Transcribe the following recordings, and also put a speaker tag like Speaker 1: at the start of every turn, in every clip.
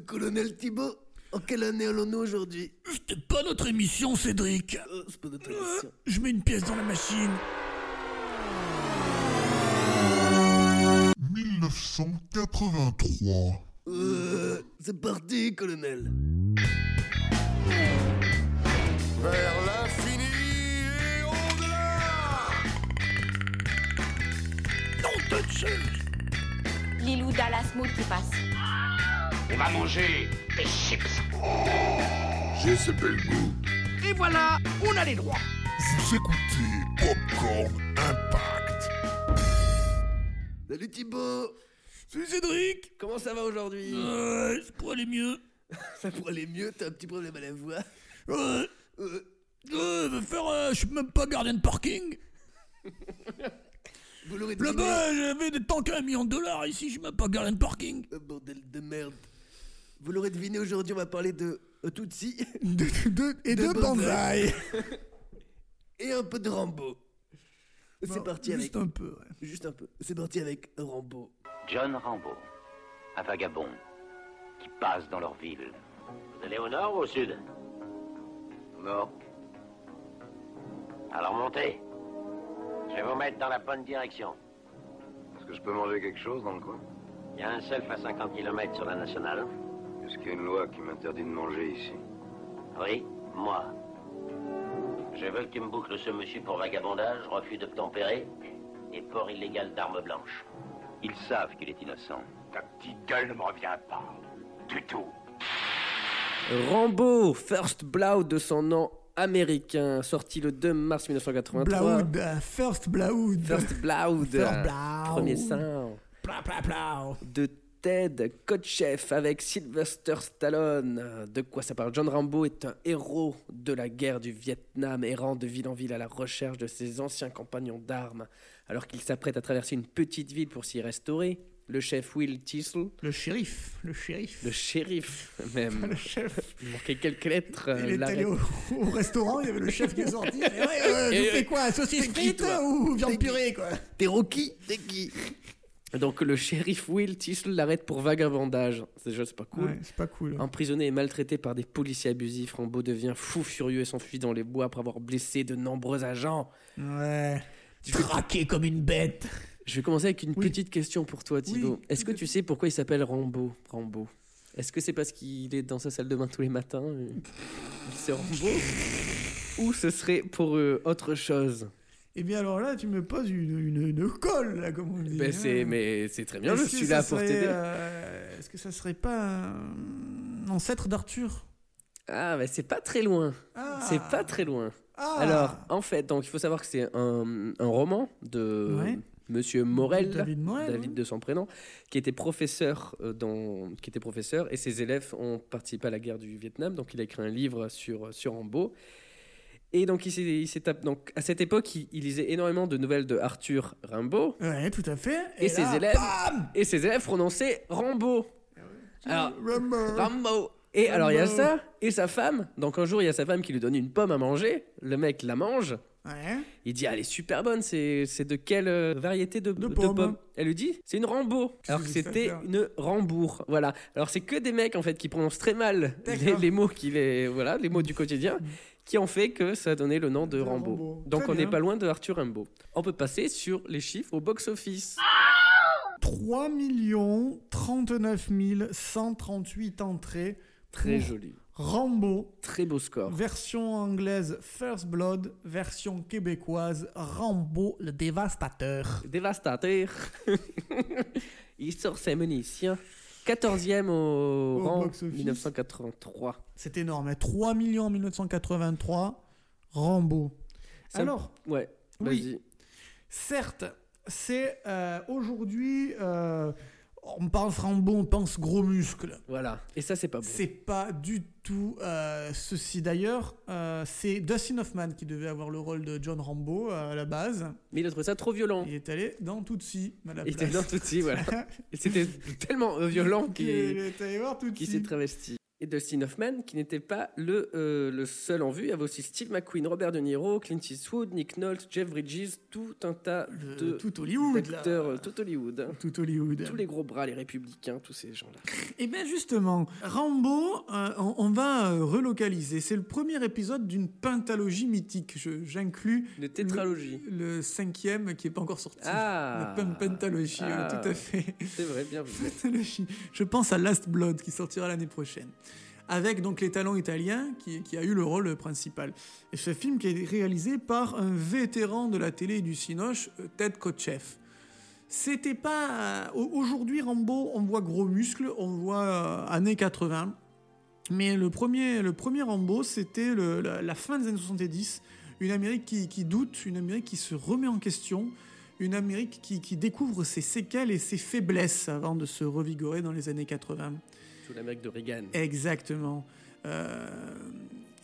Speaker 1: Colonel Thibault, en quelle année allons-nous aujourd'hui
Speaker 2: C'était pas notre émission, Cédric.
Speaker 1: Euh, C'est pas notre
Speaker 2: Euh,
Speaker 1: émission.
Speaker 2: Je mets une pièce dans la machine.
Speaker 3: 1983.
Speaker 1: Euh, C'est parti, colonel.
Speaker 4: vers l'infini et au-delà.
Speaker 2: Non, de Zeus.
Speaker 5: Lilou Dallas Mood qui passe.
Speaker 6: On va manger des chips.
Speaker 4: J'ai ce bel goût.
Speaker 6: Et voilà, on a les droits.
Speaker 3: Vous écoutez Popcorn Impact.
Speaker 1: Salut Thibault
Speaker 2: Salut, Cédric.
Speaker 1: Comment ça va aujourd'hui
Speaker 2: Ouais, ça pourrait aller mieux.
Speaker 1: Ça pourrait aller mieux, t'as un petit problème à la voix.
Speaker 2: Ouais.
Speaker 1: Euh,
Speaker 2: Ouais, va faire, euh, je suis même pas gardien de parking.
Speaker 1: vous l'aurez deviné.
Speaker 2: Là-bas, j'avais des tanks à un million de dollars. Ici, je suis même pas gardien de parking.
Speaker 1: Euh, Bordel de merde. Vous l'aurez deviné, aujourd'hui on va parler de euh, Tutsi
Speaker 2: De, et
Speaker 1: de
Speaker 2: bonsaï.
Speaker 1: et un peu de Rambo. C'est parti avec...
Speaker 2: Juste un peu, ouais.
Speaker 1: Juste un peu. C'est parti avec Rambo.
Speaker 6: John Rambo, un vagabond qui passe dans leur ville. Vous allez au nord ou au sud Nord. Alors montez. Je vais vous mettre dans la bonne direction.
Speaker 4: Est-ce que je peux manger quelque chose dans le coin
Speaker 6: Il y a un self à 50 km sur la nationale.
Speaker 4: Est-ce qu'il y a une loi qui m'interdit de manger ici
Speaker 6: Oui, moi. Je veux que tu me boucles ce monsieur pour vagabondage, refus d'obtempérer et port illégal d'armes blanches. Ils savent qu'il est innocent. Ta petite gueule ne me revient pas. Du tout.
Speaker 7: Rambo, First Blood de son nom américain, sorti le 2 mars 1983.
Speaker 2: euh, first Blaoud.
Speaker 7: First Blood,
Speaker 2: First Blood.
Speaker 7: premier sang
Speaker 2: Pla, pla, pla.
Speaker 7: de Ted Kotcheff avec Sylvester Stallone. De quoi ça parle John Rambo est un héros de la guerre du Vietnam, errant de ville en ville à la recherche de ses anciens compagnons d'armes. Alors qu'il s'apprête à traverser une petite ville pour s'y restaurer, le chef Will Chisel,
Speaker 2: Le shérif, le shérif.
Speaker 7: le shérif même,
Speaker 2: Le chef.
Speaker 7: il manquait quelques lettres, euh,
Speaker 2: Il est
Speaker 7: l'arrête.
Speaker 2: allé au, au restaurant, il y avait le chef qui est sorti. Et ouais, euh,
Speaker 7: Et
Speaker 2: je
Speaker 7: ouais.
Speaker 2: fais quoi Saucisse
Speaker 7: T'es qui,
Speaker 2: frite
Speaker 7: toi
Speaker 2: ou viande purée, quoi
Speaker 1: T'es Rocky T'es qui
Speaker 7: Donc le shérif Will Tisle l'arrête pour vagabondage. C'est déjà c'est pas cool. Hein.
Speaker 2: c'est pas cool.
Speaker 7: Emprisonné et maltraité par des policiers abusifs, Rambo devient fou furieux et s'enfuit dans les bois après avoir blessé de nombreux agents.
Speaker 2: Ouais.
Speaker 7: Tu fais-
Speaker 2: Traqué comme une bête.
Speaker 7: Je vais commencer avec une
Speaker 2: Oui.
Speaker 7: petite question pour toi, Thibaut.
Speaker 2: Oui,
Speaker 7: Est-ce que
Speaker 2: tout à
Speaker 7: tu sais pourquoi il s'appelle Rambo Rambo. Est-ce que c'est parce qu'il est dans sa salle de bain tous les matins euh, Il c'est Rambo Ou ce serait pour euh, autre chose
Speaker 2: Eh bien, alors là, tu me poses une, une, une colle, là, comme on dit.
Speaker 7: Ben,
Speaker 2: hein.
Speaker 7: c'est- Mais c'est très bien,
Speaker 2: Est-ce
Speaker 7: je
Speaker 2: que
Speaker 7: suis
Speaker 2: ça
Speaker 7: là pour
Speaker 2: serait,
Speaker 7: t'aider.
Speaker 2: euh, Est-ce que ça serait pas un ancêtre d'Arthur
Speaker 7: Ah, ben c'est pas très loin.
Speaker 2: Ah.
Speaker 7: C'est pas très loin.
Speaker 2: Ah.
Speaker 7: Alors, en fait, donc il faut savoir que c'est un, un roman de
Speaker 2: Ouais.
Speaker 7: Monsieur Morel,
Speaker 2: David Morel,
Speaker 7: David
Speaker 2: ouais.
Speaker 7: de son prénom, qui était professeur euh, dans, qui était professeur, et ses élèves ont participé à la guerre du Vietnam, donc il a écrit un livre sur euh, sur Rambo. Et donc, il s'est, il s'est tapé- donc à cette époque, il, il lisait énormément de nouvelles de Arthur Rimbaud,
Speaker 2: Ouais, tout à fait.
Speaker 7: et, ses
Speaker 2: là,
Speaker 7: élèves,
Speaker 2: bam
Speaker 7: et ses élèves prononçaient Rambo. Alors,
Speaker 2: Rumble.
Speaker 7: Rambo. Et alors il y a
Speaker 2: Rambo.
Speaker 7: ça et sa femme. Donc un jour il y a sa femme qui lui donne une pomme à manger. Le mec la mange.
Speaker 2: Ouais.
Speaker 7: Il dit, ah, elle est super bonne, c'est c'est de quelle euh, variété de, de
Speaker 2: pommes.
Speaker 7: pommes Elle lui dit, c'est une Rambo. Alors que
Speaker 2: Qu'est-ce que
Speaker 7: c'était
Speaker 2: ça fait
Speaker 7: une Rambourg. Voilà. Alors c'est que des mecs, en fait, qui prononcent très mal les,
Speaker 2: D'accord.
Speaker 7: les mots qui les, voilà, les mots du quotidien, qui ont fait que ça a donné le nom de
Speaker 2: De
Speaker 7: Rambo.
Speaker 2: Rambo.
Speaker 7: Donc
Speaker 2: Très
Speaker 7: on n'est
Speaker 2: bien.
Speaker 7: pas loin de Arthur Rambo. On peut passer sur les chiffres au box-office.
Speaker 2: 3 39 138 entrées.
Speaker 7: Très
Speaker 2: pour
Speaker 7: joli.
Speaker 2: Rambo,
Speaker 7: Très beau score.
Speaker 2: version anglaise First Blood, version québécoise Rambo le dévastateur.
Speaker 7: Dévastateur. Il sort ses munitions. 14e au,
Speaker 2: Au
Speaker 7: rang
Speaker 2: box-office.
Speaker 7: 1983.
Speaker 2: C'est énorme, hein. 3 millions en 1983, Rambo.
Speaker 7: Ça-
Speaker 2: Alors,
Speaker 7: Ouais,
Speaker 2: Oui.
Speaker 7: vas-y.
Speaker 2: certes, c'est euh, aujourd'hui, euh, on pense Rambo, on pense gros muscle.
Speaker 7: Voilà. Et ça, c'est pas bon.
Speaker 2: C'est pas du tout euh, ceci d'ailleurs. euh, c'est Dustin Hoffman qui devait avoir le rôle de John Rambo euh, à la base.
Speaker 7: Mais il a trouvé ça trop violent.
Speaker 2: Il est allé dans Tootsie à la
Speaker 7: Il était
Speaker 2: place.
Speaker 7: dans tout petit, voilà. Et C'était tellement euh, violent
Speaker 2: Il
Speaker 7: qu'il
Speaker 2: est allé voir Tootsie.
Speaker 7: qu'il s'est travesti. et Dustin Hoffman, qui n'était pas le, euh, le seul en vue. Il y avait aussi Steve McQueen, Robert De Niro, Clint Eastwood, Nick Nolte, Jeff Bridges, tout un tas
Speaker 2: Le-
Speaker 7: de
Speaker 2: Euh, tout Hollywood, là.
Speaker 7: d'acteurs, euh, tout Hollywood. hein.
Speaker 2: Tout Hollywood.
Speaker 7: Tous les gros bras, les républicains, tous ces gens-là.
Speaker 2: Et bien justement, Rambo, euh, on, on va euh, relocaliser. C'est le premier épisode d'une pentalogie mythique. Je- J'inclus
Speaker 7: Une tétralogie.
Speaker 2: le, le cinquième qui n'est pas encore sorti.
Speaker 7: Ah.
Speaker 2: La pen- pentalogie, oui,
Speaker 7: Ah.
Speaker 2: tout à fait.
Speaker 7: C'est vrai, bien vu.
Speaker 2: Pentalogie. Je pense à Last Blood qui sortira l'année prochaine. Avec donc les talents italiens qui, qui a eu le rôle principal. Et ce film qui est réalisé par un vétéran de la télé et du cinoche, euh, Ted Kotcheff. C'était pas. euh, au- Aujourd'hui, Rambo, on voit gros muscles, on voit euh, années 80. Mais le premier, le premier Rambo, c'était le- la, la fin des années 70. Une Amérique qui, qui doute, une Amérique qui se remet en question, une Amérique qui, qui découvre ses séquelles et ses faiblesses avant de se revigorer dans les années 80.
Speaker 7: Tout l'Amérique de Reagan.
Speaker 2: Exactement. Euh,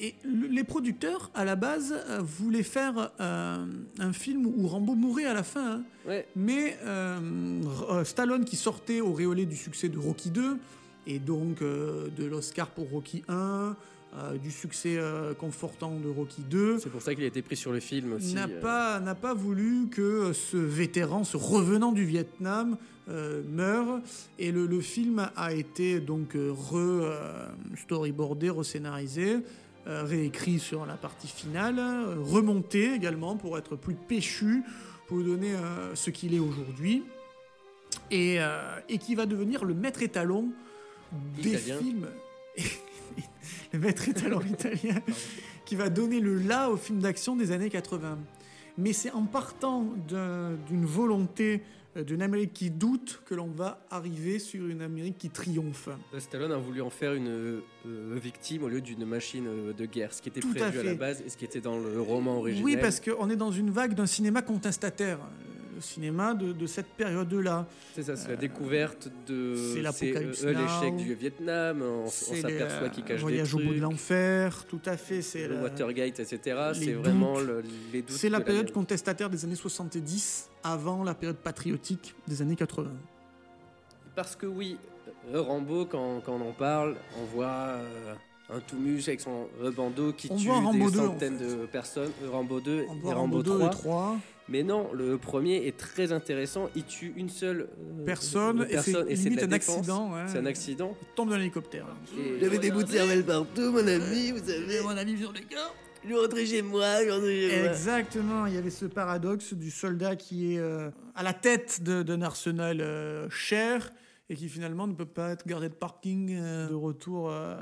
Speaker 2: et le- les producteurs, à la base, euh, voulaient faire euh, un film où Rambo mourait à la fin. hein.
Speaker 7: Ouais.
Speaker 2: Mais euh, R- euh, Stallone, qui sortait auréolé du succès de Rocky 2, et donc euh, de l'Oscar pour Rocky 1, du succès euh, confortant de Rocky 2,
Speaker 7: C'est pour ça qu'il a été pris sur le film aussi.
Speaker 2: n'a
Speaker 7: euh,
Speaker 2: pas, n'a pas voulu que ce vétéran, ce revenant du Vietnam, euh, meure. Et le, le film a été donc euh, re, euh, storyboardé, rescénarisé, euh, réécrit sur la partie finale, euh, remonté également pour être plus péchu, pour lui donner euh, ce qu'il est aujourd'hui. Et, euh, et qui va devenir le maître étalon des
Speaker 7: Italien.
Speaker 2: films. le maître étalon italien qui va donner le là au film d'action des années 80. Mais c'est en partant d'un- d'une volonté euh, d'une Amérique qui doute que l'on va arriver sur une Amérique qui triomphe.
Speaker 7: Euh, Stallone a voulu en faire une euh, euh, victime au lieu d'une machine euh, de guerre, ce qui était
Speaker 2: Tout à
Speaker 7: prévu à,
Speaker 2: fait.
Speaker 7: la base et ce qui était dans le roman original.
Speaker 2: Oui, parce qu'on est dans une vague d'un cinéma contestataire, euh, le cinéma de, de cette période-là.
Speaker 7: C'est ça, c'est la découverte de.
Speaker 2: euh, c'est l'Apocalypse
Speaker 7: euh,
Speaker 2: Now.
Speaker 7: l'échec du Vietnam, on, on
Speaker 2: C'est
Speaker 7: s'aperçoit
Speaker 2: les,
Speaker 7: qu'il
Speaker 2: euh,
Speaker 7: cache des
Speaker 2: Voyage au bout de
Speaker 7: trucs,
Speaker 2: l'enfer, tout à fait. C'est
Speaker 7: le
Speaker 2: la-
Speaker 7: Watergate, etc.
Speaker 2: les
Speaker 7: C'est vraiment
Speaker 2: doutes.
Speaker 7: le- les doutes.
Speaker 2: C'est la
Speaker 7: de
Speaker 2: période
Speaker 7: l'Amérique.
Speaker 2: contestataire des années 70, avant la période patriotique des années 80.
Speaker 7: Parce que oui, euh, Rambo, quand, quand on en parle, on voit euh, un tout muscle avec son euh, bandeau qui
Speaker 2: On
Speaker 7: tue
Speaker 2: voit Rambo
Speaker 7: des
Speaker 2: 2, en
Speaker 7: centaines
Speaker 2: fait.
Speaker 7: de personnes. Euh, Rambo 2
Speaker 2: On
Speaker 7: et
Speaker 2: voit
Speaker 7: Rambo,
Speaker 2: Rambo 2 et
Speaker 7: 3.
Speaker 2: 3.
Speaker 7: Mais non, le premier est très intéressant. Il tue une seule euh,
Speaker 2: Personne, et c'est
Speaker 7: personne, de
Speaker 2: limite
Speaker 7: la
Speaker 2: un
Speaker 7: défense.
Speaker 2: accident, ouais.
Speaker 7: C'est un accident.
Speaker 2: Il tombe dans l'hélicoptère.
Speaker 7: Et-
Speaker 1: J'avais des bouts de cervelle partout, mon ami, vous savez.
Speaker 2: mon ami sur le gars
Speaker 1: Je suis rentré chez moi, je suis rentré chez moi.
Speaker 2: Exactement, il y avait ce paradoxe du soldat qui est euh, à la tête de- d'un arsenal euh, cher et qui finalement ne peut pas être gardé de parking euh, de retour euh,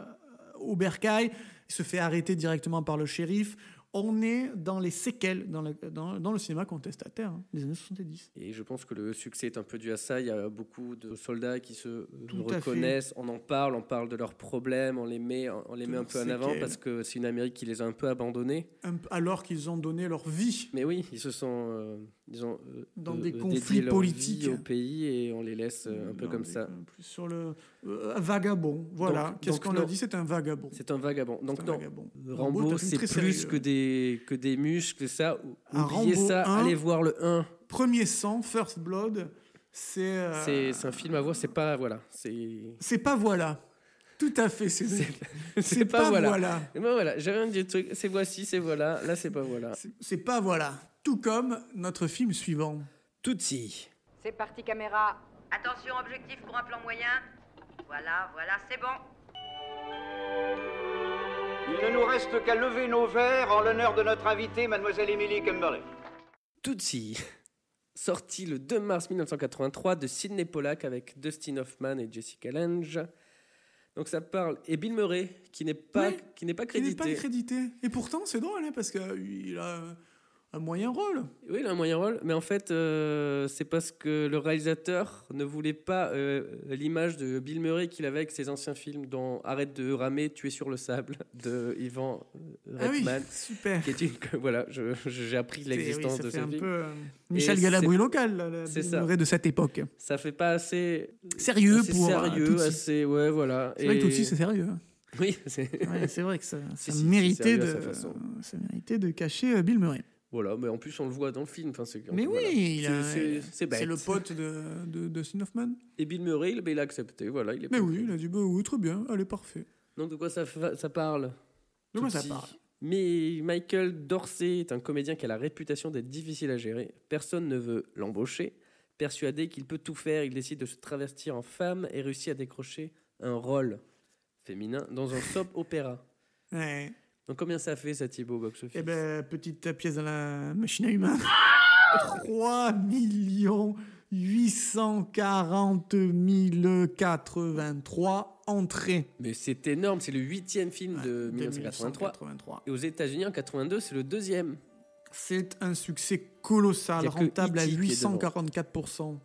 Speaker 2: au bercail. Il se fait arrêter directement par le shérif. On est dans les séquelles, dans, la- dans- dans le cinéma contestataire hein, des années 70.
Speaker 7: Et je pense que le succès est un peu dû à ça. Il y a beaucoup de soldats qui se euh,
Speaker 2: Tout à fait.
Speaker 7: reconnaissent. On en parle, on parle de leurs problèmes, on les met, on les
Speaker 2: Tout
Speaker 7: met un peu en
Speaker 2: c'est
Speaker 7: avant
Speaker 2: qu'elle.
Speaker 7: parce que c'est une Amérique qui les a un peu abandonnés.
Speaker 2: Un p- Alors qu'ils ont donné leur vie.
Speaker 7: Mais oui, ils se sont, euh, ils ont, euh,
Speaker 2: Dans
Speaker 7: euh,
Speaker 2: des
Speaker 7: dédié
Speaker 2: conflits
Speaker 7: leur vie
Speaker 2: politiques.
Speaker 7: au pays et on les laisse euh, un peu
Speaker 2: Dans
Speaker 7: comme
Speaker 2: des-
Speaker 7: ça.
Speaker 2: plus Sur le euh, vagabond, voilà.
Speaker 7: Donc-
Speaker 2: Qu'est-ce
Speaker 7: donc
Speaker 2: qu'on a
Speaker 7: non.
Speaker 2: dit C'est un vagabond.
Speaker 7: C'est un vagabond. Donc
Speaker 2: C'est un
Speaker 7: non,
Speaker 2: vagabond.
Speaker 7: Rambo,
Speaker 2: Euh, t'as une
Speaker 7: c'est
Speaker 2: très
Speaker 7: plus
Speaker 2: sérieux.
Speaker 7: que des que des muscles, ça. ou-
Speaker 2: Un
Speaker 7: Oubliez
Speaker 2: Rambo
Speaker 7: ça,
Speaker 2: 1.
Speaker 7: allez voir le 1.
Speaker 2: Premier sang, First Blood, c'est. euh,
Speaker 7: C'est c'est un film à voir, c'est pas voilà, c'est
Speaker 2: c'est pas voilà. Tout à fait, c'est. C'est pas, voilà.
Speaker 7: Et ben voilà, j'avais un petit truc, c'est voici, c'est voilà, là c'est pas voilà.
Speaker 2: C'est- C'est pas voilà. Tout comme notre film suivant.
Speaker 7: Tutsi.
Speaker 8: C'est parti caméra. Attention, objectif pour un plan moyen. Voilà, voilà, c'est bon.
Speaker 9: Il ne nous reste qu'à lever nos verres en l'honneur de notre invitée, mademoiselle Emily Kimberley.
Speaker 7: Tutsi. Sorti le 2 mars 1983 de Sidney Pollack avec Dustin Hoffman et Jessica Lange. Donc ça parle et Bill Murray qui n'est pas
Speaker 2: Oui,
Speaker 7: qui n'est pas
Speaker 2: Il n'est pas
Speaker 7: crédité.
Speaker 2: crédité. Et pourtant, c'est drôle, hein, parce qu'il a un- un moyen rôle.
Speaker 7: Oui, il a un moyen rôle, mais en fait, euh, c'est parce que le réalisateur ne voulait pas euh, l'image de Bill Murray qu'il avait avec ses anciens films, dont Arrête de ramer, Tuer sur le sable, de Ivan euh,
Speaker 2: Ah oui,
Speaker 7: Reitman.
Speaker 2: super.
Speaker 7: qui est une- que- voilà, je- je- j'ai appris
Speaker 2: C'est- oui,
Speaker 7: l'existence
Speaker 2: ça
Speaker 7: de
Speaker 2: fait
Speaker 7: ce
Speaker 2: un
Speaker 7: film.
Speaker 2: peu, euh, Michel
Speaker 7: c'est-
Speaker 2: Galabru local, là, la
Speaker 7: c'est
Speaker 2: Bill
Speaker 7: ça.
Speaker 2: Murray de cette époque.
Speaker 7: Ça fait pas assez
Speaker 2: Sérieux
Speaker 7: assez
Speaker 2: pour. euh,
Speaker 7: sérieux, ah,
Speaker 2: Tootsie.
Speaker 7: assez ouais, voilà.
Speaker 2: C'est vrai que
Speaker 7: Et-
Speaker 2: Tootsie, c'est sérieux. hein.
Speaker 7: oui, c'est-
Speaker 2: Ouais, c'est vrai que ça, ça
Speaker 7: Si, si, c'est
Speaker 2: méritait
Speaker 7: sérieux à
Speaker 2: de,
Speaker 7: sa façon.
Speaker 2: ça méritait de cacher euh, Bill Murray.
Speaker 7: voilà, mais en plus on le voit dans le film. Enfin, c'est-
Speaker 2: Mais
Speaker 7: voilà.
Speaker 2: oui, il a-
Speaker 7: c'est c'est- c'est bête.
Speaker 2: C'est le pote de, de, de Sin Hoffman.
Speaker 7: Et Bill Murray, il, ben, il a accepté, voilà, il est
Speaker 2: Mais
Speaker 7: pas-
Speaker 2: oui, il a dit bah oui, très bien, allez, parfait.
Speaker 7: Donc de quoi ça, fa- ça parle
Speaker 2: De quoi
Speaker 7: Tout
Speaker 2: ça
Speaker 7: petit.
Speaker 2: parle
Speaker 7: Mais Michael Dorsey est un comédien qui a la réputation d'être difficile à gérer. Personne ne veut l'embaucher. Persuadé qu'il peut tout faire, il décide de se travestir en femme et réussit à décrocher un rôle féminin dans un soap opéra.
Speaker 2: Ouais.
Speaker 7: Donc combien ça fait ça Thibaut au box-office
Speaker 2: Eh ben, petite pièce dans la machine à humains. 3 840 083 entrées.
Speaker 7: Mais c'est énorme, c'est le huitième film de
Speaker 2: Ouais,
Speaker 7: 1983.
Speaker 2: 1983.
Speaker 7: Et aux États-Unis en 82, c'est le deuxième.
Speaker 2: C'est un succès colossal,
Speaker 7: Il y a que
Speaker 2: rentable à
Speaker 7: E.T. qui est devant.
Speaker 2: 844%.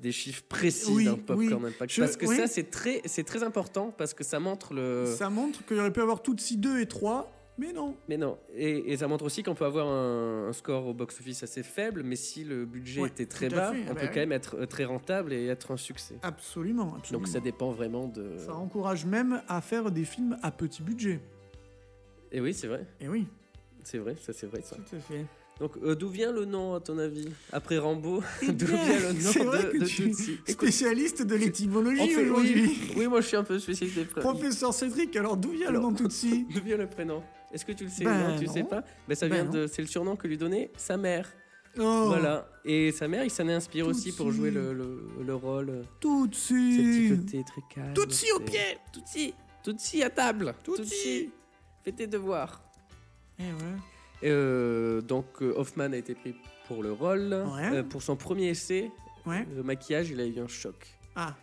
Speaker 7: Des chiffres précis
Speaker 2: Oui,
Speaker 7: d'un popcorn
Speaker 2: oui.
Speaker 7: impact.
Speaker 2: Je-
Speaker 7: parce que
Speaker 2: oui.
Speaker 7: ça, c'est très, c'est très important parce que ça montre le.
Speaker 2: Ça montre qu'il aurait pu avoir toutes si 2 et 3, mais non.
Speaker 7: Mais non, et, et ça montre aussi qu'on peut avoir un, un score au box-office assez faible, mais si le budget
Speaker 2: Ouais,
Speaker 7: était
Speaker 2: tout
Speaker 7: très
Speaker 2: à
Speaker 7: bas,
Speaker 2: fait,
Speaker 7: on
Speaker 2: bah
Speaker 7: peut
Speaker 2: oui.
Speaker 7: quand même être euh, très rentable et être un succès.
Speaker 2: Absolument, absolument.
Speaker 7: Donc ça dépend vraiment de.
Speaker 2: Ça encourage même à faire des films à petit budget.
Speaker 7: Et oui, c'est vrai,
Speaker 2: Et oui,
Speaker 7: c'est vrai, ça c'est vrai ça.
Speaker 2: tout à fait.
Speaker 7: Donc euh, d'où vient le nom à ton avis Après Rambo,
Speaker 2: Eh
Speaker 7: d'où
Speaker 2: bien,
Speaker 7: vient le
Speaker 2: c'est
Speaker 7: nom
Speaker 2: vrai
Speaker 7: de,
Speaker 2: que
Speaker 7: de
Speaker 2: tu es
Speaker 7: Tootsie Écoute,
Speaker 2: spécialiste de
Speaker 7: on
Speaker 2: l'étymologie
Speaker 7: fait- oui,
Speaker 2: aujourd'hui.
Speaker 7: Oui, moi je suis un peu spécialiste des prénoms.
Speaker 2: Professeur Cédric, alors d'où vient le
Speaker 7: Alors,
Speaker 2: nom Tutsi
Speaker 7: D'où vient le prénom Est-ce que tu le sais
Speaker 2: Ben
Speaker 7: Non, tu le sais
Speaker 2: non.
Speaker 7: pas Ben ça
Speaker 2: Ben
Speaker 7: vient de, c'est le surnom que lui donnait sa mère.
Speaker 2: Oh,
Speaker 7: Voilà. Et sa mère, il s'en est inspiré aussi pour
Speaker 2: Tootsie.
Speaker 7: jouer le, le- le rôle. euh, Ce
Speaker 2: Tutsi
Speaker 7: petit côté très calme.
Speaker 2: Tootsie au
Speaker 7: c'est-
Speaker 2: pied
Speaker 7: Tootsie Tootsie à table
Speaker 2: Tootsie.
Speaker 7: Fais tes devoirs
Speaker 2: Eh ouais.
Speaker 7: Euh, Donc euh, Hoffman a été pris pour le rôle.
Speaker 2: Ouais.
Speaker 7: Euh, pour son premier essai, euh,
Speaker 2: Ouais.
Speaker 7: le maquillage, il a eu un choc.
Speaker 2: Ah,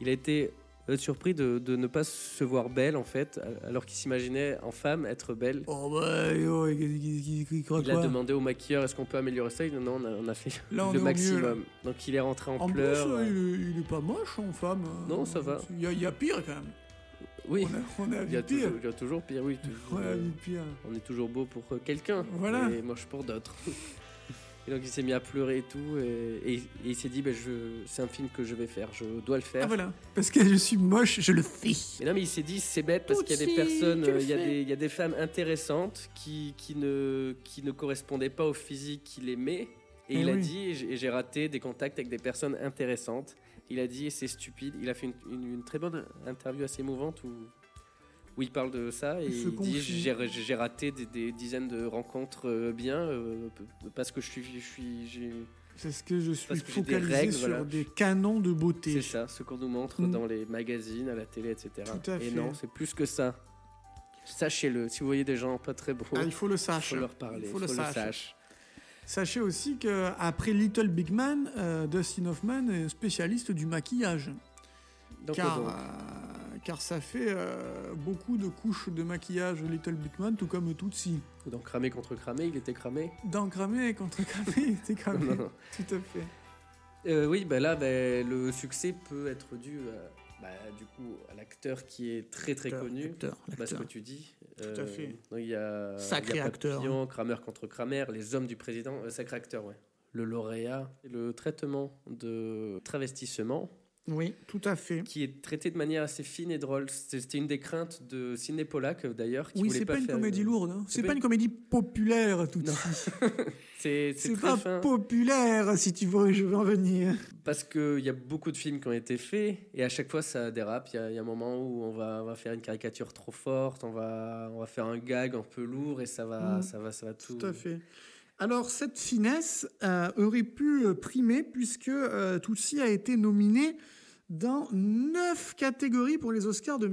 Speaker 7: Il a été euh, surpris de, de ne pas se voir belle en fait, alors qu'il s'imaginait en femme être belle.
Speaker 2: oh bah, yo, qu'est-ce qu'il- qu'est-ce qu'il- qu'il croit
Speaker 7: Il a
Speaker 2: Oh, quoi
Speaker 7: demandé au maquilleur est-ce qu'on peut améliorer ça Il dit non, on a, on a fait
Speaker 2: Là, on est
Speaker 7: le
Speaker 2: au
Speaker 7: maximum. Donc il est rentré en,
Speaker 2: En plus,
Speaker 7: pleurs.
Speaker 2: euh, il, est- il est pas moche en femme. hein.
Speaker 7: Non, ça va.
Speaker 2: Il y, a- il y a pire quand même.
Speaker 7: euh, Oui,
Speaker 2: On a, on a
Speaker 7: il y, a
Speaker 2: vu pire.
Speaker 7: toujours, il y a toujours pire, oui. toujours,
Speaker 2: On a
Speaker 7: euh,
Speaker 2: vu pire.
Speaker 7: on est toujours beau pour euh, quelqu'un
Speaker 2: Voilà.
Speaker 7: et moche pour d'autres. et donc il s'est mis à pleurer et tout, et, et- et il s'est dit, ben, je, c'est un film que je vais faire, je dois le faire.
Speaker 2: Ah voilà. Parce que je suis moche, je le fais.
Speaker 7: Mais non, mais il s'est dit, c'est bête parce qu'il y a des
Speaker 2: Tootsie,
Speaker 7: personnes,
Speaker 2: tu le
Speaker 7: euh, il y, a
Speaker 2: fais.
Speaker 7: des- il y a des femmes intéressantes qui, qui, ne, qui ne correspondaient pas au physique qu'il aimait. Et
Speaker 2: Eh
Speaker 7: il a
Speaker 2: oui.
Speaker 7: dit, j'ai- j'ai raté des contacts avec des personnes intéressantes. Il a dit, c'est stupide. Il a fait une, une- une très bonne interview assez émouvante où, où il parle de ça. Et
Speaker 2: Il se
Speaker 7: il dit,
Speaker 2: confie.
Speaker 7: j'ai j'ai raté des, des dizaines de rencontres euh, bien euh, p- parce que je suis. Je suis j'ai-
Speaker 2: C'est ce que je suis
Speaker 7: Parce que j'ai des
Speaker 2: focalisé
Speaker 7: règles,
Speaker 2: sur
Speaker 7: voilà.
Speaker 2: des canons de beauté.
Speaker 7: c'est ça, ce qu'on nous montre
Speaker 2: Mm.
Speaker 7: dans les magazines, à la télé, etc.
Speaker 2: Tout à
Speaker 7: Et
Speaker 2: fait.
Speaker 7: non, c'est plus que ça. Sachez-le, si vous voyez des gens pas très beaux,
Speaker 2: Ah, il faut le
Speaker 7: il
Speaker 2: sache.
Speaker 7: faut leur parler,
Speaker 2: Il
Speaker 7: faut, le, sache.
Speaker 2: Sachez aussi que après Little Big Man, euh, Dustin Hoffman est spécialiste du maquillage.
Speaker 7: Donc,
Speaker 2: car,
Speaker 7: donc,
Speaker 2: euh, car ça fait euh, beaucoup de couches de maquillage Little Big Man, tout comme Tootsie.
Speaker 7: donc, cramé contre cramé, il était cramé.
Speaker 2: Dans Cramé et contre Cramé, c'est Cramé.
Speaker 7: Non, non.
Speaker 2: Tout à fait.
Speaker 7: Euh, oui, bah là, bah, le succès peut être dû à- bah, du coup à l'acteur qui est très très
Speaker 2: L'acteur,
Speaker 7: connu.
Speaker 2: l'acteur,
Speaker 7: Bah, ce
Speaker 2: l'acteur.
Speaker 7: que tu dis. Tout
Speaker 2: à fait.
Speaker 7: il y a
Speaker 2: Sacré
Speaker 7: il y a
Speaker 2: acteur. hein.
Speaker 7: Papillon, Kramer contre Kramer, les hommes du président, euh, sacré acteur, ouais. Le lauréat, le traitement de travestissement
Speaker 2: Oui, tout à fait.
Speaker 7: qui est traité de manière assez fine et drôle. C'est- C'était une des craintes de Sidney Pollack euh, d'ailleurs. qui
Speaker 2: Oui,
Speaker 7: voulait
Speaker 2: c'est pas, une
Speaker 7: faire
Speaker 2: comédie lourde. hein.
Speaker 7: c'est
Speaker 2: C'est
Speaker 7: pas
Speaker 2: pas
Speaker 7: une-
Speaker 2: une comédie populaire, tout
Speaker 7: Non. C'est c'est
Speaker 2: C'est
Speaker 7: très
Speaker 2: pas
Speaker 7: fin.
Speaker 2: populaire, si tu vois où je veux en venir.
Speaker 7: Parce qu'il y a beaucoup de films qui ont été faits et à chaque fois ça dérape. Il y, a- il y a un moment où on va, on va faire une caricature trop forte, on va, on va faire un gag un peu lourd et ça va,
Speaker 2: Mm.
Speaker 7: ça va, ça va tout. euh.
Speaker 2: Tout à fait. Alors, cette finesse euh, aurait pu euh, primer puisque euh, Tootsie a été nominé dans neuf catégories pour les Oscars de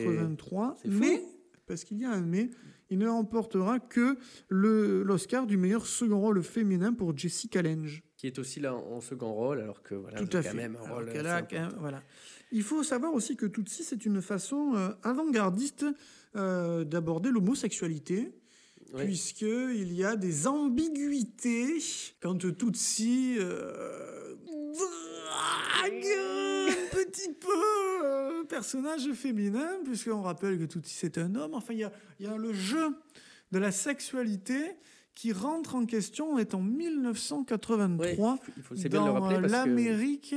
Speaker 2: 1983.
Speaker 7: c'est fou.
Speaker 2: mais, parce qu'il y a un mais, il ne remportera que le- l'Oscar du meilleur second rôle féminin pour Jessica Lange.
Speaker 7: Qui est aussi là en, en second rôle alors que voilà,
Speaker 2: Tout
Speaker 7: c'est
Speaker 2: à
Speaker 7: quand
Speaker 2: fait.
Speaker 7: même un
Speaker 2: Alors
Speaker 7: rôle. euh,
Speaker 2: qu'elle
Speaker 7: assez
Speaker 2: a quand même- voilà. Il faut savoir aussi que Tutsi, c'est une façon euh, avant-gardiste euh, d'aborder l'homosexualité.
Speaker 7: Ouais.
Speaker 2: Puisqu'il y a des ambiguïtés quand Tutsi euh, drague un petit peu euh, un personnage féminin, puisqu'on rappelle que Tutsi c'est un homme. Enfin, il y a, il y a le jeu de la sexualité qui rentre en question, on est en 1983,
Speaker 7: Ouais, il faut- c'est bien de
Speaker 2: dans
Speaker 7: le rappeler
Speaker 2: euh,
Speaker 7: parce que-
Speaker 2: l'Amérique.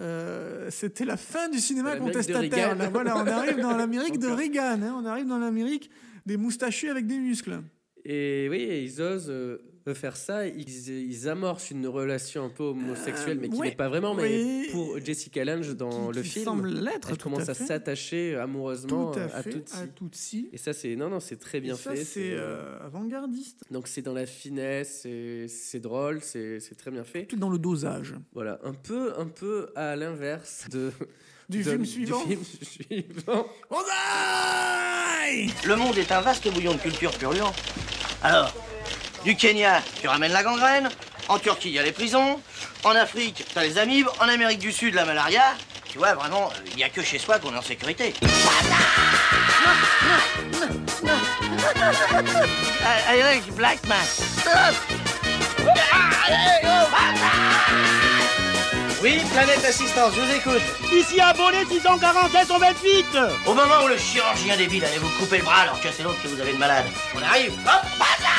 Speaker 2: euh, c'était la fin du cinéma
Speaker 7: C'est l'Amérique de
Speaker 2: contestataire.
Speaker 7: Reagan.
Speaker 2: là. voilà, on arrive dans l'Amérique de
Speaker 7: Encore.
Speaker 2: Reagan, hein, on arrive dans l'Amérique des moustachus avec des muscles.
Speaker 7: Et oui, et ils osent euh, veut faire ça, ils, ils amorcent une relation un peu homosexuelle,
Speaker 2: Euh,
Speaker 7: mais qui
Speaker 2: ouais,
Speaker 7: n'est pas vraiment. Mais
Speaker 2: ouais.
Speaker 7: pour Jessica Lange dans
Speaker 2: Qui-
Speaker 7: le
Speaker 2: qui
Speaker 7: film,
Speaker 2: semble l'être,
Speaker 7: elle
Speaker 2: tout
Speaker 7: commence
Speaker 2: à
Speaker 7: à,
Speaker 2: fait.
Speaker 7: s'attacher
Speaker 2: Tout
Speaker 7: amoureusement euh,
Speaker 2: à
Speaker 7: à,
Speaker 2: fait,
Speaker 7: Tootsie.
Speaker 2: à Tutsi.
Speaker 7: Et ça, c'est non, non, c'est très bien
Speaker 2: ça,
Speaker 7: fait.
Speaker 2: c'est euh, avant-gardiste.
Speaker 7: Donc c'est dans la finesse, c'est- c'est drôle, c'est c'est très bien fait.
Speaker 2: Tout dans le dosage.
Speaker 7: Voilà, un peu, un peu à l'inverse de
Speaker 2: Du
Speaker 7: de-
Speaker 2: film suivant.
Speaker 7: film suivant.
Speaker 2: Bonsaï
Speaker 6: Le monde est un vaste bouillon de culture purulent. Alors, du Kenya, tu ramènes la gangrène. En Turquie, il y a les prisons. En Afrique, t'as les amibes. En Amérique du Sud, la malaria. Tu vois, vraiment, euh, il n'y a que chez soi qu'on est en sécurité. Allez, allez, Black Oui, planète assistance, je vous écoute.
Speaker 10: Ici abonné 647 on va être vite
Speaker 6: Au moment où le chirurgien débile allait vous couper le bras alors que c'est l'autre que vous avez de malade. On arrive, hop,
Speaker 7: Banzai,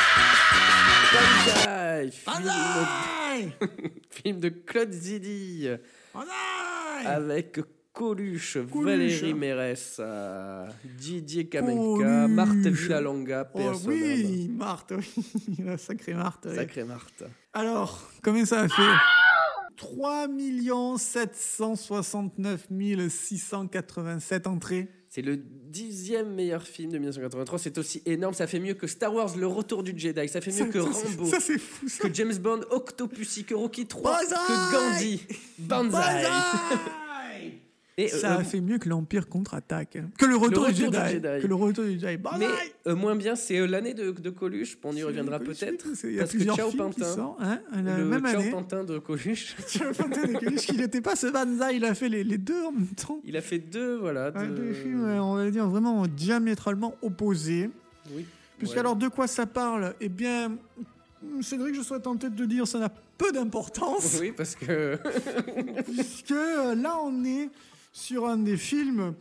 Speaker 7: film,
Speaker 2: Bonsaï
Speaker 7: film de Claude Zidi Ah,
Speaker 2: Bonsaï
Speaker 7: avec Coluche,
Speaker 2: Coluche.
Speaker 7: Valérie Mérès, euh, Didier Kamenka,
Speaker 2: Coluche.
Speaker 7: Marthe Villalonga,
Speaker 2: Oh
Speaker 7: P.S. Soberbe.
Speaker 2: oui, Marthe, oui, la sacrée Marthe. oui.
Speaker 7: Sacré Marthe.
Speaker 2: Alors, combien ça a fait 3 769 687 entrées.
Speaker 7: C'est le dixième meilleur film de 1983. C'est aussi énorme. Ça fait mieux que Star Wars, Le Retour du Jedi. Ça fait mieux
Speaker 2: Ça-
Speaker 7: que
Speaker 2: ça, c'est-
Speaker 7: Rambo.
Speaker 2: Ça, c'est fou, ça.
Speaker 7: que James Bond, Octopussy, que Rocky 3,
Speaker 2: Banzai
Speaker 7: que Gandhi, Banzai.
Speaker 2: Banzai
Speaker 7: Et, euh,
Speaker 2: Ça a
Speaker 7: euh,
Speaker 2: fait mieux que l'Empire contre-attaque. hein. Que le retour,
Speaker 7: Le
Speaker 2: du,
Speaker 7: Retour du
Speaker 2: Jedi.
Speaker 7: Jedi.
Speaker 2: Que le retour du Jedi. Banzai
Speaker 7: mais euh, moins bien, c'est euh, l'année de, de Coluche. On y reviendra
Speaker 2: C'est-
Speaker 7: peut-être.
Speaker 2: c'est- Il y a
Speaker 7: Parce que
Speaker 2: plusieurs
Speaker 7: Ciao
Speaker 2: films qui
Speaker 7: Pantin,
Speaker 2: sortent, hein, à la
Speaker 7: le
Speaker 2: même
Speaker 7: Ciao
Speaker 2: année.
Speaker 7: Pantin de Coluche,
Speaker 2: Ciao Pantin et Coluche, qu'il n'était pas ce Banzai, il a fait les, les deux en même temps.
Speaker 7: il a fait deux, voilà.
Speaker 2: Ouais,
Speaker 7: de-
Speaker 2: Deux films, ouais, on va dire, vraiment diamétralement opposés.
Speaker 7: Oui.
Speaker 2: Puisqu'alors, de quoi ça parle Eh bien, Cédric, je serais tenté de dire ça n'a peu d'importance,
Speaker 7: Oui, parce que.
Speaker 2: puisque euh, là, on est sur un des films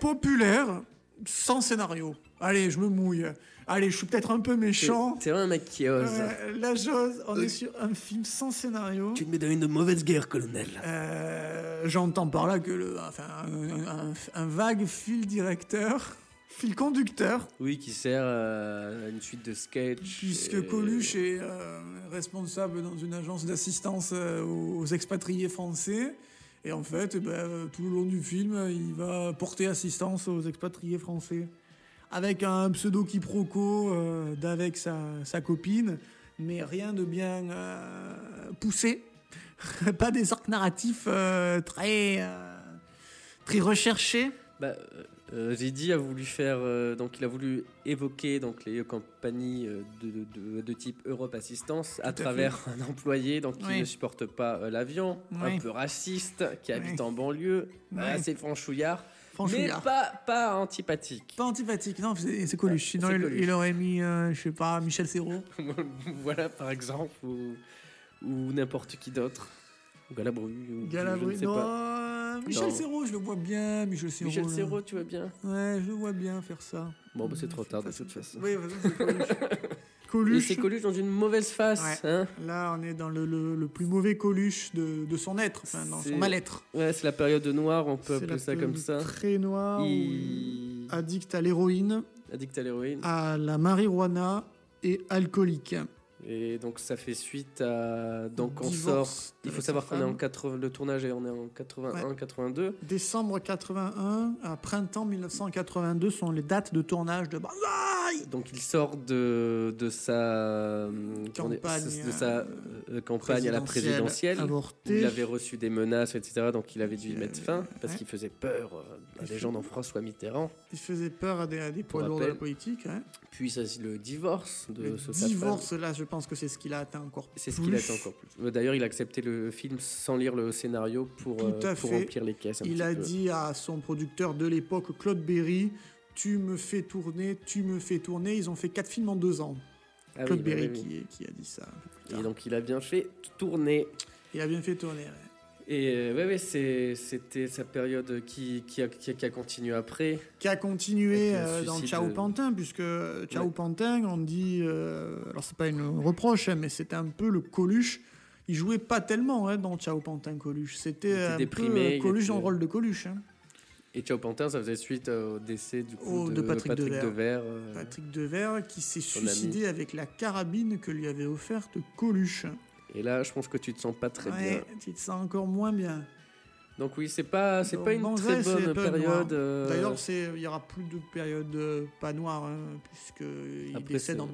Speaker 2: populaires sans scénario. Allez, je me mouille. Allez, je suis peut-être un peu méchant.
Speaker 7: C'est un mec qui ose.
Speaker 2: Euh, la chose, on est sur un film sans scénario.
Speaker 1: Tu te mets dans une mauvaise guerre, colonel.
Speaker 2: Euh, J'entends par là que le, enfin, un, un- un vague fil directeur, fil conducteur,
Speaker 7: Oui, qui sert euh, à une suite de sketch.
Speaker 2: Puisque
Speaker 7: et-
Speaker 2: Coluche est euh, responsable dans une agence d'assistance euh, aux expatriés français. Et en fait, eh ben, euh, tout le long du film, euh, il va porter assistance aux expatriés français. Avec un pseudo quiproquo euh, d'avec sa, sa copine, mais rien de bien euh, poussé. Pas des arcs narratifs euh, très, euh, très recherchés.
Speaker 7: Bah, euh, euh, Zidi a voulu faire, euh, donc il a voulu évoquer donc les compagnies euh, de, de- de- de type Europe Assistance à
Speaker 2: Tout à
Speaker 7: travers un employé donc qui
Speaker 2: Oui.
Speaker 7: ne supporte pas euh, l'avion, un
Speaker 2: Oui.
Speaker 7: peu raciste, qui
Speaker 2: Oui.
Speaker 7: habite en banlieue,
Speaker 2: Oui.
Speaker 7: assez franchouillard,
Speaker 2: Franchouillard.
Speaker 7: Bah, mais pas pas antipathique.
Speaker 2: Pas antipathique, non, c'est c'est Coluche. Sinon,
Speaker 7: C'est
Speaker 2: il,
Speaker 7: Coluche.
Speaker 2: il aurait mis, euh, je sais pas, Michel Serrault.
Speaker 7: voilà par exemple ou, ou n'importe qui d'autre, ou Galabru, ou je ne
Speaker 2: Galabru,
Speaker 7: sais
Speaker 2: non,
Speaker 7: pas.
Speaker 2: euh, Michel
Speaker 7: Non.
Speaker 2: Serrault, je le vois bien, Michel Serrault.
Speaker 7: Michel
Speaker 2: là.
Speaker 7: Serrault, tu vas bien
Speaker 2: Ouais, je le vois bien faire ça.
Speaker 7: Bon, bah, c'est trop tard de toute façon.
Speaker 2: Oui, parce que c'est Coluche.
Speaker 7: Et
Speaker 2: Coluche.
Speaker 7: c'est Coluche dans une mauvaise face,
Speaker 2: Ouais.
Speaker 7: hein
Speaker 2: Là, on est dans le, le- le plus mauvais Coluche de, de son être, enfin, dans
Speaker 7: C'est-
Speaker 2: son mal-être.
Speaker 7: Ouais, c'est la période noire, on peut
Speaker 2: C'est
Speaker 7: appeler
Speaker 2: la
Speaker 7: ça comme
Speaker 2: période
Speaker 7: ça.
Speaker 2: Très noir, où
Speaker 7: Il...
Speaker 2: addict à l'héroïne,
Speaker 7: Addict à l'héroïne.
Speaker 2: à la marijuana et alcoolique.
Speaker 7: Et donc ça fait suite à. Donc on
Speaker 2: Divorce
Speaker 7: sort. Il faut
Speaker 2: avec
Speaker 7: savoir
Speaker 2: sa
Speaker 7: qu'on est en
Speaker 2: femme.
Speaker 7: 80. Le tournage est on est en 81, 82.
Speaker 2: Décembre 81 à printemps 1982 sont les dates de tournage de Banzai
Speaker 7: Donc il sort de, de sa euh,
Speaker 2: Campagne,
Speaker 7: comment dire, de sa
Speaker 2: euh,
Speaker 7: euh, campagne à la présidentielle. où
Speaker 2: avortée.
Speaker 7: Il avait reçu des menaces, etc. Donc il avait dû y
Speaker 2: Il
Speaker 7: mettre
Speaker 2: avait-
Speaker 7: fin parce
Speaker 2: ouais.
Speaker 7: qu'il faisait peur euh, à
Speaker 2: Il
Speaker 7: des
Speaker 2: fait-
Speaker 7: gens dans François Mitterrand.
Speaker 2: Il faisait peur à des, à des poids
Speaker 7: Pour
Speaker 2: lourds de la
Speaker 7: rappel.
Speaker 2: politique. hein.
Speaker 7: Puis ça, c'est le divorce de
Speaker 2: Le
Speaker 7: ce sa femme.
Speaker 2: divorce, là, je pense que c'est ce qu'il a atteint encore plus.
Speaker 7: C'est ce qu'il attend encore plus. D'ailleurs, il a accepté le film sans lire le scénario pour,
Speaker 2: Tout
Speaker 7: euh,
Speaker 2: à
Speaker 7: pour
Speaker 2: fait.
Speaker 7: remplir les caisses. un
Speaker 2: Il
Speaker 7: petit
Speaker 2: a
Speaker 7: peu.
Speaker 2: dit à son producteur de l'époque, Claude Berry, tu me fais tourner, tu me fais tourner. Ils ont fait quatre films en deux ans.
Speaker 7: Ah oui,
Speaker 2: Claude
Speaker 7: bah
Speaker 2: Berry
Speaker 7: oui, oui.
Speaker 2: Qui, est- qui a dit ça.
Speaker 7: Et donc, il a bien fait tourner.
Speaker 2: Il a bien fait tourner. ouais.
Speaker 7: Et euh, ouais, ouais, c'est- c'était sa période qui, qui, a, qui a- qui a continué après.
Speaker 2: Qui a
Speaker 7: Et
Speaker 2: continué
Speaker 7: puis,
Speaker 2: euh, dans
Speaker 7: suicide,
Speaker 2: Ciao
Speaker 7: euh,
Speaker 2: Pantin, puisque Ciao
Speaker 7: ouais.
Speaker 2: Pantin, on dit. euh, alors, c'est pas une reproche, hein, mais c'était un peu le Coluche. Il jouait pas tellement hein, dans Ciao Pantin Coluche. C'était
Speaker 7: était
Speaker 2: un peu
Speaker 7: déprimé,
Speaker 2: euh,
Speaker 7: il
Speaker 2: Coluche
Speaker 7: était-
Speaker 2: dans le rôle de Coluche. hein.
Speaker 7: Et Ciao Pantin, ça faisait suite au décès du coup,
Speaker 2: Oh,
Speaker 7: de,
Speaker 2: de Patrick Devers.
Speaker 7: Devers, euh,
Speaker 2: Patrick Devers qui s'est
Speaker 7: Son ami.
Speaker 2: suicidé avec la carabine que lui avait offerte Coluche.
Speaker 7: Et là, je pense que tu te sens pas très
Speaker 2: ouais,
Speaker 7: bien.
Speaker 2: tu te sens encore moins bien.
Speaker 7: Donc oui, c'est pas, c'est
Speaker 2: Donc,
Speaker 7: pas une
Speaker 2: Banzai,
Speaker 7: très bonne
Speaker 2: c'est pas noir.
Speaker 7: période. euh,
Speaker 2: D'ailleurs, c'est- il y aura plus de période euh, pas noire, hein, puisqu'il
Speaker 7: Après,
Speaker 2: décède
Speaker 7: c'est-
Speaker 2: en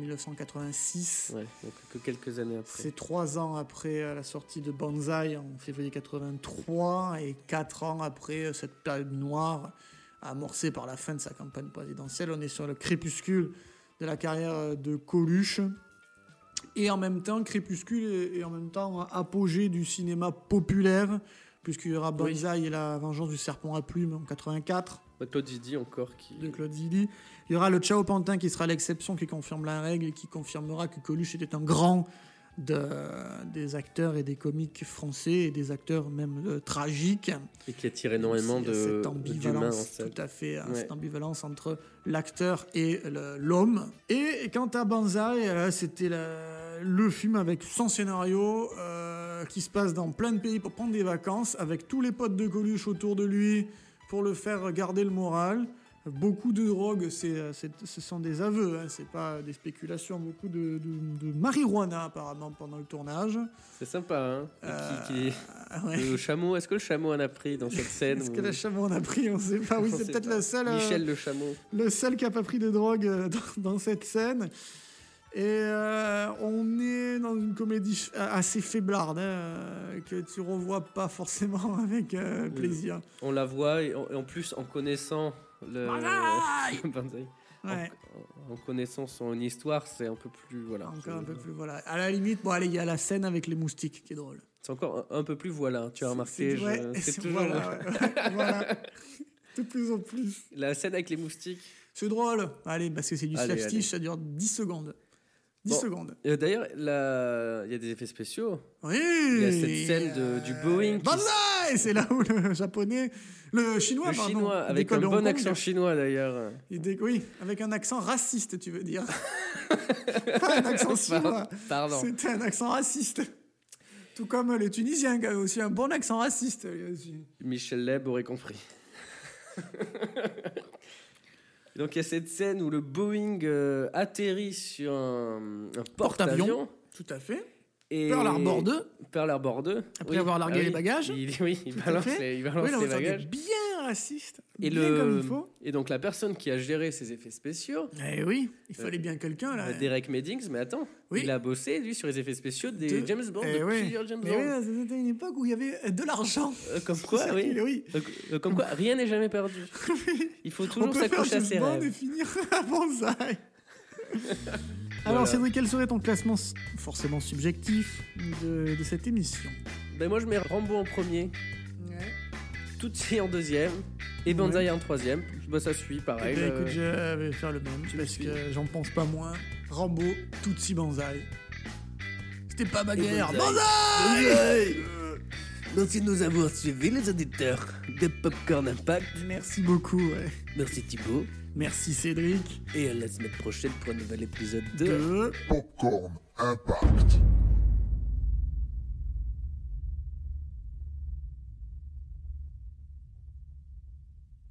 Speaker 2: 1986.
Speaker 7: ouais, donc que quelques années après.
Speaker 2: C'est trois ans après euh, la sortie de Banzai en février 83 et quatre ans après euh, cette période noire amorcée par la fin de sa campagne présidentielle. On est sur le crépuscule de la carrière euh, de Coluche et en même temps crépuscule et- et en même temps euh, apogée du cinéma populaire puisqu'il y aura
Speaker 7: Oui.
Speaker 2: Banzai et la vengeance du serpent à plumes en 84
Speaker 7: Bah, Claude Zidi encore qui.
Speaker 2: de Claude Zidi. Il y aura le Ciao Pantin qui sera l'exception qui confirme la règle et qui confirmera que Coluche était un grand de- des acteurs et des comiques français et des acteurs même euh, tragiques.
Speaker 7: Et qui attire énormément
Speaker 2: Il y a
Speaker 7: de
Speaker 2: cette
Speaker 7: d'humains en
Speaker 2: ambivalence,
Speaker 7: salle.
Speaker 2: tout à fait, hein,
Speaker 7: Ouais.
Speaker 2: cette ambivalence entre l'acteur et le- l'homme. Et quant à Banzai, euh, c'était la- le film avec son scénario euh, qui se passe dans plein de pays pour prendre des vacances, avec tous les potes de Coluche autour de lui pour le faire garder le moral. Beaucoup de drogues, c'est, euh, c'est- ce sont des aveux, hein, c'est pas des spéculations. Beaucoup de, de- de marijuana apparemment pendant le tournage. Ah
Speaker 7: C'est sympa, hein Et qui- qui-
Speaker 2: Euh, ouais.
Speaker 7: Le chameau, est-ce que le chameau en a pris dans cette scène
Speaker 2: Est-ce
Speaker 7: ou-
Speaker 2: que la chameau en a pris On sait pas. Oui,
Speaker 7: On
Speaker 2: c'est
Speaker 7: sait
Speaker 2: peut-être
Speaker 7: pas.
Speaker 2: la seule. euh,
Speaker 7: Michel le chameau.
Speaker 2: le seul qui n'a pas pris de drogue euh, dans, dans cette scène. Et euh, on est dans une comédie ch- assez faiblarde, hein, euh, que tu revois pas forcément avec euh, plaisir.
Speaker 7: On la voit et en, et en plus en connaissant le
Speaker 2: Banzai
Speaker 7: Banzai. En-
Speaker 2: Ouais.
Speaker 7: En, en connaissant son histoire, c'est un peu plus voilà.
Speaker 2: Encore un peu plus, voilà. À la limite, bon, allez, il y a la scène avec les moustiques qui est drôle.
Speaker 7: C'est encore un, un peu plus voilà. Tu as remarqué,
Speaker 2: c'est-
Speaker 7: je-
Speaker 2: ouais,
Speaker 7: c'est
Speaker 2: c'est-
Speaker 7: toujours
Speaker 2: voilà, ouais, voilà. De plus en plus.
Speaker 7: la scène avec les moustiques.
Speaker 2: C'est drôle. Allez, parce que c'est du
Speaker 7: Allez,
Speaker 2: slapstick,
Speaker 7: allez.
Speaker 2: ça dure 10 secondes. 10
Speaker 7: Bon.
Speaker 2: secondes.
Speaker 7: Et D'ailleurs, la- il y a des effets spéciaux.
Speaker 2: Oui
Speaker 7: Il y a cette scène de- du Boeing. qui-
Speaker 2: Banzai C'est là où le japonais, le chinois,
Speaker 7: le
Speaker 2: Ah, pardon,
Speaker 7: chinois,
Speaker 2: il
Speaker 7: avec un
Speaker 2: décolle de Hong
Speaker 7: bon
Speaker 2: Kong.
Speaker 7: accent chinois d'ailleurs.
Speaker 2: Il dé- Oui, avec un accent raciste, tu veux dire. Pas un accent chinois.
Speaker 7: Pardon.
Speaker 2: C'était un accent raciste. Tout comme les Tunisiens qui avaient aussi un bon accent raciste. lui aussi.
Speaker 7: Michel Leb aurait compris. Donc il y a cette scène où le Boeing euh, atterrit sur un, un porte-avions.
Speaker 2: Tout à fait.
Speaker 7: Et...
Speaker 2: Pearl Harbor 2.
Speaker 7: Pearl Harbor 2.
Speaker 2: Après avoir largué les bagages.
Speaker 7: Il, oui, il
Speaker 2: Tout à
Speaker 7: balance,
Speaker 2: fait.
Speaker 7: les, il balance
Speaker 2: Oui, là, on
Speaker 7: les
Speaker 2: s'en est
Speaker 7: bagages.
Speaker 2: Bien raciste.
Speaker 7: Et,
Speaker 2: bien
Speaker 7: le-
Speaker 2: comme il faut.
Speaker 7: et donc la personne qui a géré ces effets spéciaux,
Speaker 2: Eh oui, il
Speaker 7: Euh,
Speaker 2: fallait bien quelqu'un là.
Speaker 7: bah, Derek Meddings, mais attends,
Speaker 2: Oui.
Speaker 7: il a bossé lui sur les effets spéciaux des
Speaker 2: De-
Speaker 7: James Bond,
Speaker 2: Eh
Speaker 7: de
Speaker 2: oui.
Speaker 7: plusieurs James
Speaker 2: Mais
Speaker 7: Bond.
Speaker 2: oui, c'était une époque où il y avait de l'argent.
Speaker 7: Euh, comme quoi, oui.
Speaker 2: oui.
Speaker 7: Euh, euh, comme quoi, rien n'est jamais perdu. Il faut toujours
Speaker 2: On peut faire
Speaker 7: s'accrocher à
Speaker 2: James
Speaker 7: ses
Speaker 2: Bond et
Speaker 7: rêves.
Speaker 2: finir à Banzai. Alors
Speaker 7: Voilà.
Speaker 2: Cédric, quel serait ton classement s- forcément subjectif de, de cette émission Eh
Speaker 7: Ben moi je mets Rambo en premier, Tootsie en deuxième et Banzai en troisième. Ben, ça suit
Speaker 2: Eh
Speaker 7: pareil.
Speaker 2: ben,
Speaker 7: euh,
Speaker 2: écoute, je vais faire le même parce que j'en pense pas moins. Rambo, Tutsi Banzai. C'était pas bagarre.
Speaker 1: Et
Speaker 2: Banzai
Speaker 1: Banzai Merci de nous avoir suivis, les auditeurs de Popcorn Impact.
Speaker 2: Merci beaucoup, ouais.
Speaker 1: Merci Thibaut.
Speaker 2: Merci Cédric.
Speaker 1: Et à la semaine prochaine pour un nouvel épisode de...
Speaker 2: Deux.
Speaker 3: Popcorn Impact.